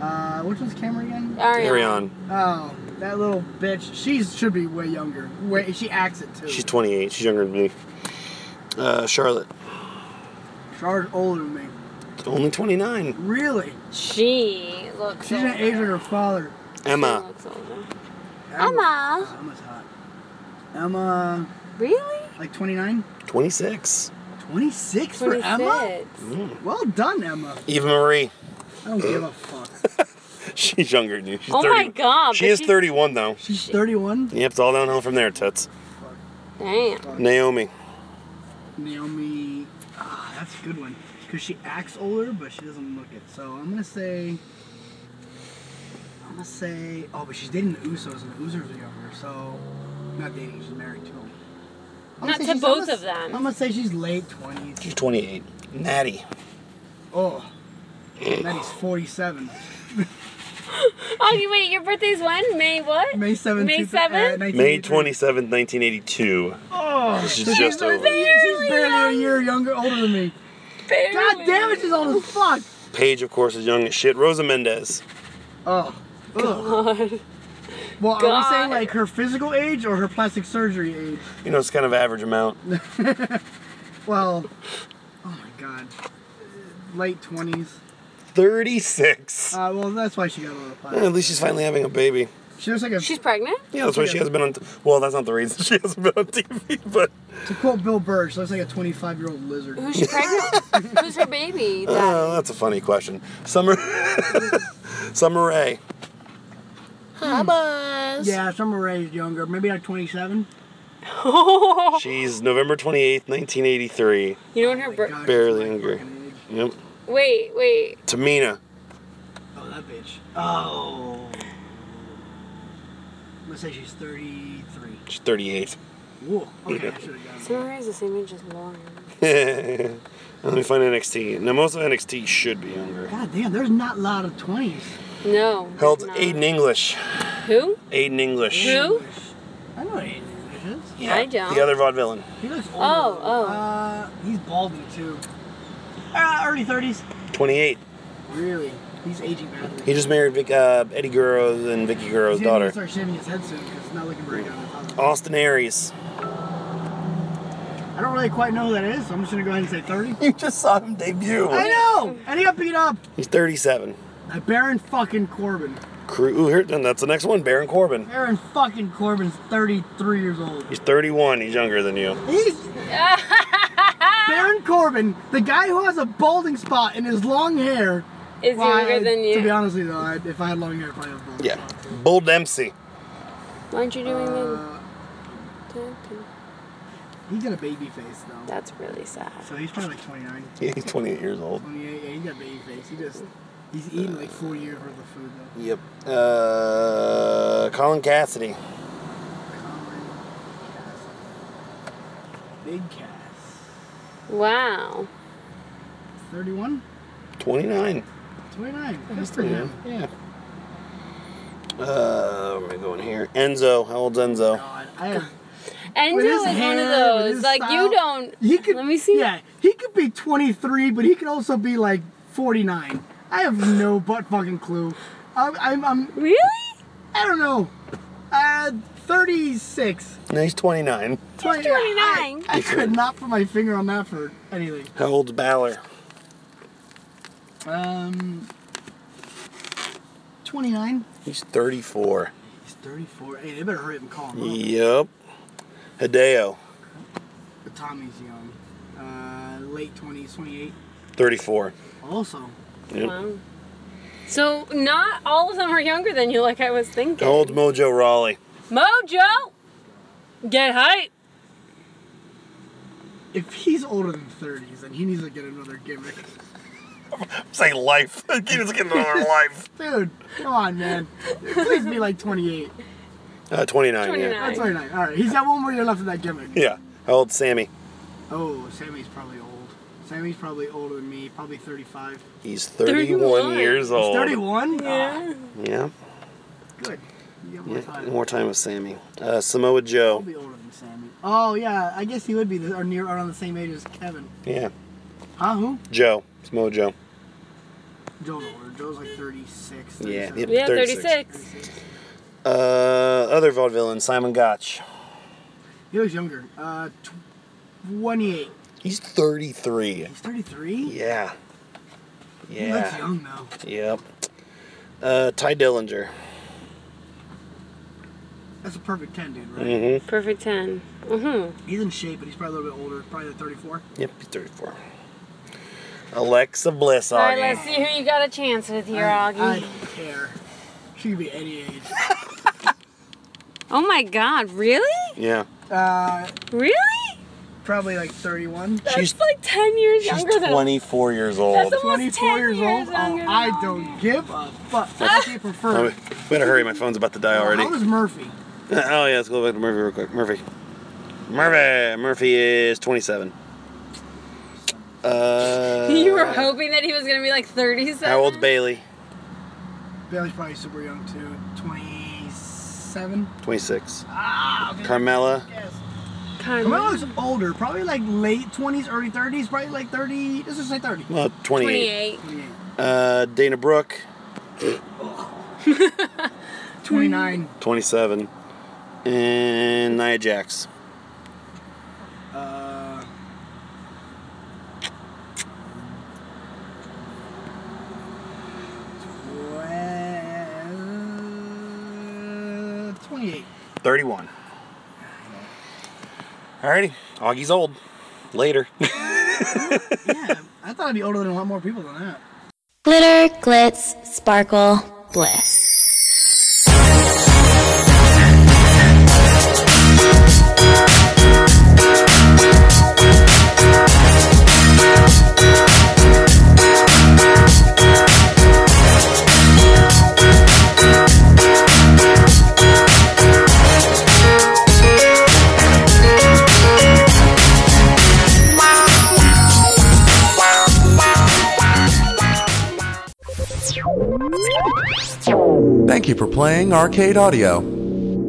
Speaker 4: Uh, which one's Cameron again?
Speaker 9: Ariane,
Speaker 4: Oh, that little bitch. She should be way younger. Way, she acts it too.
Speaker 9: she's 28. She's younger than me. Uh, Charlotte,
Speaker 4: Char's older than me.
Speaker 9: only 29.
Speaker 4: Really?
Speaker 3: She looks
Speaker 4: She's
Speaker 3: older.
Speaker 4: an age of her father.
Speaker 3: She
Speaker 9: Emma,
Speaker 3: looks older.
Speaker 4: Emma.
Speaker 3: Emma.
Speaker 4: Emma's hot. Emma,
Speaker 3: Really?
Speaker 4: like 29?
Speaker 9: 26.
Speaker 4: 26 for Emma?
Speaker 3: 26.
Speaker 4: Well done, Emma.
Speaker 9: Eva Marie,
Speaker 4: I don't give a fuck.
Speaker 9: she's younger than you. She's
Speaker 3: Oh
Speaker 9: 30.
Speaker 3: my god.
Speaker 9: She
Speaker 3: but
Speaker 9: is
Speaker 3: she's-
Speaker 9: 31 though.
Speaker 4: She's 31.
Speaker 9: Yep, it's all downhill from there, tits.
Speaker 4: Oh,
Speaker 3: Damn.
Speaker 9: Naomi,
Speaker 4: Naomi. Ah, that's a good one. Because she acts older, but she doesn't look it. So I'm gonna say. I'm gonna say. Oh, but she's dating the Usos, and the Usos are younger. So, not dating. She's married to him. I'm gonna
Speaker 3: Not
Speaker 4: say
Speaker 3: to
Speaker 4: she's- Oh.
Speaker 3: both
Speaker 4: I'm gonna-
Speaker 3: of them.
Speaker 4: I'm gonna say she's late 20s.
Speaker 9: she's 28. Natty,
Speaker 4: Oh, Maddie's 47.
Speaker 3: Oh, you, wait, your birthday's when? May what?
Speaker 4: May uh, 7th.
Speaker 3: May 7th?
Speaker 9: May 27th, 1982.
Speaker 4: Oh,
Speaker 9: She's
Speaker 4: so
Speaker 9: just
Speaker 4: barely-
Speaker 9: over.
Speaker 4: She's barely a year younger, older than me.
Speaker 3: Barely.
Speaker 4: God damn it, she's old as fuck.
Speaker 9: Paige, of course, is young as shit. Rosa Mendez.
Speaker 4: Oh. God. Well, are we
Speaker 3: God.
Speaker 4: saying like her physical age or her plastic surgery age?
Speaker 9: You know, it's kind of average amount.
Speaker 4: Well, oh my god. Late 20s.
Speaker 9: 36.
Speaker 4: Uh, well, that's why she got a little
Speaker 9: Yeah, at
Speaker 4: flat.
Speaker 9: least she's finally having a baby.
Speaker 4: She looks like a,
Speaker 3: She's pregnant?
Speaker 9: Yeah, that's why she hasn't been on. T- well, that's not the reason she hasn't been on TV, but
Speaker 4: to quote Bill Burr, she looks like a 25 year old lizard.
Speaker 3: Who's she pregnant? Who's her baby? That-
Speaker 9: uh, that's a funny question. Summer, Summer Rae,
Speaker 4: Yeah, Summer Rae is younger. Maybe like 27.
Speaker 9: she's November twenty eighth, nineteen eighty three.
Speaker 3: you know when her birth.
Speaker 4: God, she's
Speaker 9: Barely
Speaker 4: my
Speaker 9: younger.
Speaker 4: fucking age.
Speaker 9: Yep.
Speaker 3: Wait, wait.
Speaker 9: Tamina,
Speaker 4: Oh, that bitch. Oh. Let's say she's 33.
Speaker 9: she's thirty eight.
Speaker 4: Whoa. Okay, I should have gotten that.
Speaker 3: Summer is the same age as Lauren.
Speaker 9: Let me find NXT. Now most of NXT should be younger.
Speaker 4: God damn, there's not a lot of 20s.
Speaker 3: No.
Speaker 9: Held
Speaker 3: it's not.
Speaker 9: Aiden English.
Speaker 3: Who?
Speaker 9: Aiden English.
Speaker 3: Who?
Speaker 4: I know what it is.
Speaker 9: Yeah.
Speaker 3: I don't.
Speaker 9: The other vaudevillain.
Speaker 4: He looks older.
Speaker 3: Oh, oh.
Speaker 4: Uh, he's balding too. Uh, early 30s.
Speaker 9: 28.
Speaker 4: Really? He's aging badly.
Speaker 9: He just married Vic, uh, Eddie Guerrero and Vicky Guerrero's
Speaker 4: He's gonna
Speaker 9: daughter.
Speaker 4: need to start shaving his head soon because it's not looking very good. on his health.
Speaker 9: Austin Aries.
Speaker 4: I don't really quite know who that is, so I'm just gonna go ahead and say 30.
Speaker 9: You just saw him debut.
Speaker 4: I know! And he got beat up
Speaker 9: He's 37.
Speaker 4: by Baron fucking Corbin.
Speaker 9: Crew. Ooh, here, and that's the next one, Baron Corbin.
Speaker 4: Baron fucking Corbin's 33 years old.
Speaker 9: He's 31. He's younger than you.
Speaker 4: He's. Baron Corbin, the guy who has a balding spot in his long hair.
Speaker 3: Is
Speaker 4: Well, I-
Speaker 3: younger than
Speaker 4: To be
Speaker 3: you.
Speaker 4: honest with you, though, I, if I had long hair, I'd probably have a balding
Speaker 9: Yeah.
Speaker 4: spot.
Speaker 9: Bull Dempsey.
Speaker 3: Why aren't you doing that?
Speaker 4: Uh, he's got a baby face, though.
Speaker 3: That's really sad.
Speaker 4: So he's probably like 29.
Speaker 9: He's 28 years old.
Speaker 4: 28, yeah, he's got a baby face. He just. He's eating like four years worth of food, though.
Speaker 9: Yep. Uh, Colin Cassidy.
Speaker 4: Big Cass.
Speaker 3: Wow.
Speaker 4: 31?
Speaker 9: 29.
Speaker 4: 29. That's
Speaker 9: pretty
Speaker 4: pretty good.
Speaker 9: Yeah. Uh, where am I going here? Enzo. How old's Enzo?
Speaker 4: God, I have,
Speaker 3: Enzo
Speaker 4: With his
Speaker 3: is one of
Speaker 4: hair, with
Speaker 3: those.
Speaker 4: his
Speaker 3: Like
Speaker 4: style.
Speaker 3: you don't.
Speaker 4: he could,
Speaker 3: Let me see.
Speaker 4: Yeah, he could be 23, but he could also be like 49. I have no butt fucking clue. I'm, I'm, I'm
Speaker 3: Really?
Speaker 4: I don't know. Uh, 36.
Speaker 9: No, he's 29.
Speaker 4: 20
Speaker 3: 29.
Speaker 4: I, I could not put my finger on that for anything.
Speaker 9: How old's Balor?
Speaker 4: Um, 29.
Speaker 9: He's 34.
Speaker 4: He's 34. Hey, they better hurry up and call him. up.
Speaker 9: Yep. Hideo.
Speaker 4: But Tommy's young. Uh, late 20s, 28.
Speaker 9: 34.
Speaker 4: Also,
Speaker 9: Yep.
Speaker 3: Wow. So not all of them are younger than you, like I was thinking.
Speaker 9: How old's Mojo Raleigh?
Speaker 3: Mojo, get hype.
Speaker 4: if he's older than 30s, then he needs to get another gimmick.
Speaker 9: Say life. He was getting another life.
Speaker 4: Dude, come on, man. Please be like 28.
Speaker 9: Uh, 29,
Speaker 3: 29.
Speaker 9: yeah.
Speaker 4: That's 29. All right, he's got one more year left of that gimmick.
Speaker 9: Yeah. How old's Sammy?
Speaker 4: Oh, Sammy's probably old. Sammy's probably older than me, probably 35.
Speaker 9: He's 31,
Speaker 3: 31.
Speaker 9: years
Speaker 4: He's
Speaker 9: old.
Speaker 4: 31?
Speaker 3: Yeah.
Speaker 9: Yeah.
Speaker 4: Good. You got more
Speaker 9: yeah.
Speaker 4: time.
Speaker 9: More time with Sammy. Uh,
Speaker 4: He'll
Speaker 9: Samoa Joe.
Speaker 4: be older than Sammy. Oh, yeah, I guess he would be the, or near around the same age as Kevin.
Speaker 9: Yeah.
Speaker 4: Huh? Who?
Speaker 9: Joe. Samoa Joe.
Speaker 4: Joe's older. Joe's like 36.
Speaker 9: Yeah,
Speaker 4: 37.
Speaker 9: yep.
Speaker 3: Yeah,
Speaker 9: 36.
Speaker 3: 36.
Speaker 9: Uh, other vaudevillain, Simon Gotch.
Speaker 4: He looks younger. Uh, 28.
Speaker 9: He's 33.
Speaker 4: He's 33?
Speaker 9: Yeah.
Speaker 4: He looks
Speaker 9: Yeah.
Speaker 4: young, though.
Speaker 9: Yep. Uh, Ty Dillinger.
Speaker 4: That's a perfect 10, dude, right?
Speaker 9: Mm-hmm.
Speaker 3: Perfect 10. Mm-hmm.
Speaker 4: He's in shape, but he's probably a little bit older. Probably like 34.
Speaker 9: Yep, he's 34. Alexa Bliss.
Speaker 3: All right,
Speaker 9: Augie.
Speaker 3: let's see who you got a chance with here,
Speaker 4: I, I
Speaker 3: Augie.
Speaker 4: don't care. She could be any age.
Speaker 3: Oh my God, really?
Speaker 9: Yeah.
Speaker 4: Uh,
Speaker 3: Really?
Speaker 4: probably like 31.
Speaker 3: That's
Speaker 9: She's-
Speaker 3: like 10 years
Speaker 9: She's
Speaker 3: younger than
Speaker 9: 24 years old.
Speaker 3: That's almost 10
Speaker 4: years
Speaker 3: years
Speaker 4: old.
Speaker 3: younger
Speaker 4: Oh,
Speaker 3: than
Speaker 4: I
Speaker 3: all
Speaker 4: don't give a fuck. I can't
Speaker 9: Oh,
Speaker 4: prefer.
Speaker 9: we better hurry. My phone's about to die already.
Speaker 4: How is Murphy?
Speaker 9: Oh yeah, let's go back to Murphy real quick. Murphy. Murphy. Murphy is 27. Uh.
Speaker 3: You were hoping that he was gonna be like 37.
Speaker 9: How old's Bailey?
Speaker 4: Bailey's probably super young too. 27.
Speaker 9: 26.
Speaker 4: Ah, okay.
Speaker 9: Carmella.
Speaker 4: Yes.
Speaker 3: Carmella?
Speaker 4: Carmelo's older, probably like late 20s, early 30s, probably like 30. Let's just say 30.
Speaker 9: Well,
Speaker 3: 28.
Speaker 9: 28.
Speaker 4: 28.
Speaker 9: Uh, Dana Brooke.
Speaker 4: 29.
Speaker 9: 27. And Nia Jax.
Speaker 4: Uh, twe- 28.
Speaker 9: 31. Alrighty. Augie's old. Later.
Speaker 4: Yeah, I thought I'd be older than a lot more people than that.
Speaker 10: Glitter, glitz, sparkle, bliss.
Speaker 8: Thank you for playing Arcade Audio.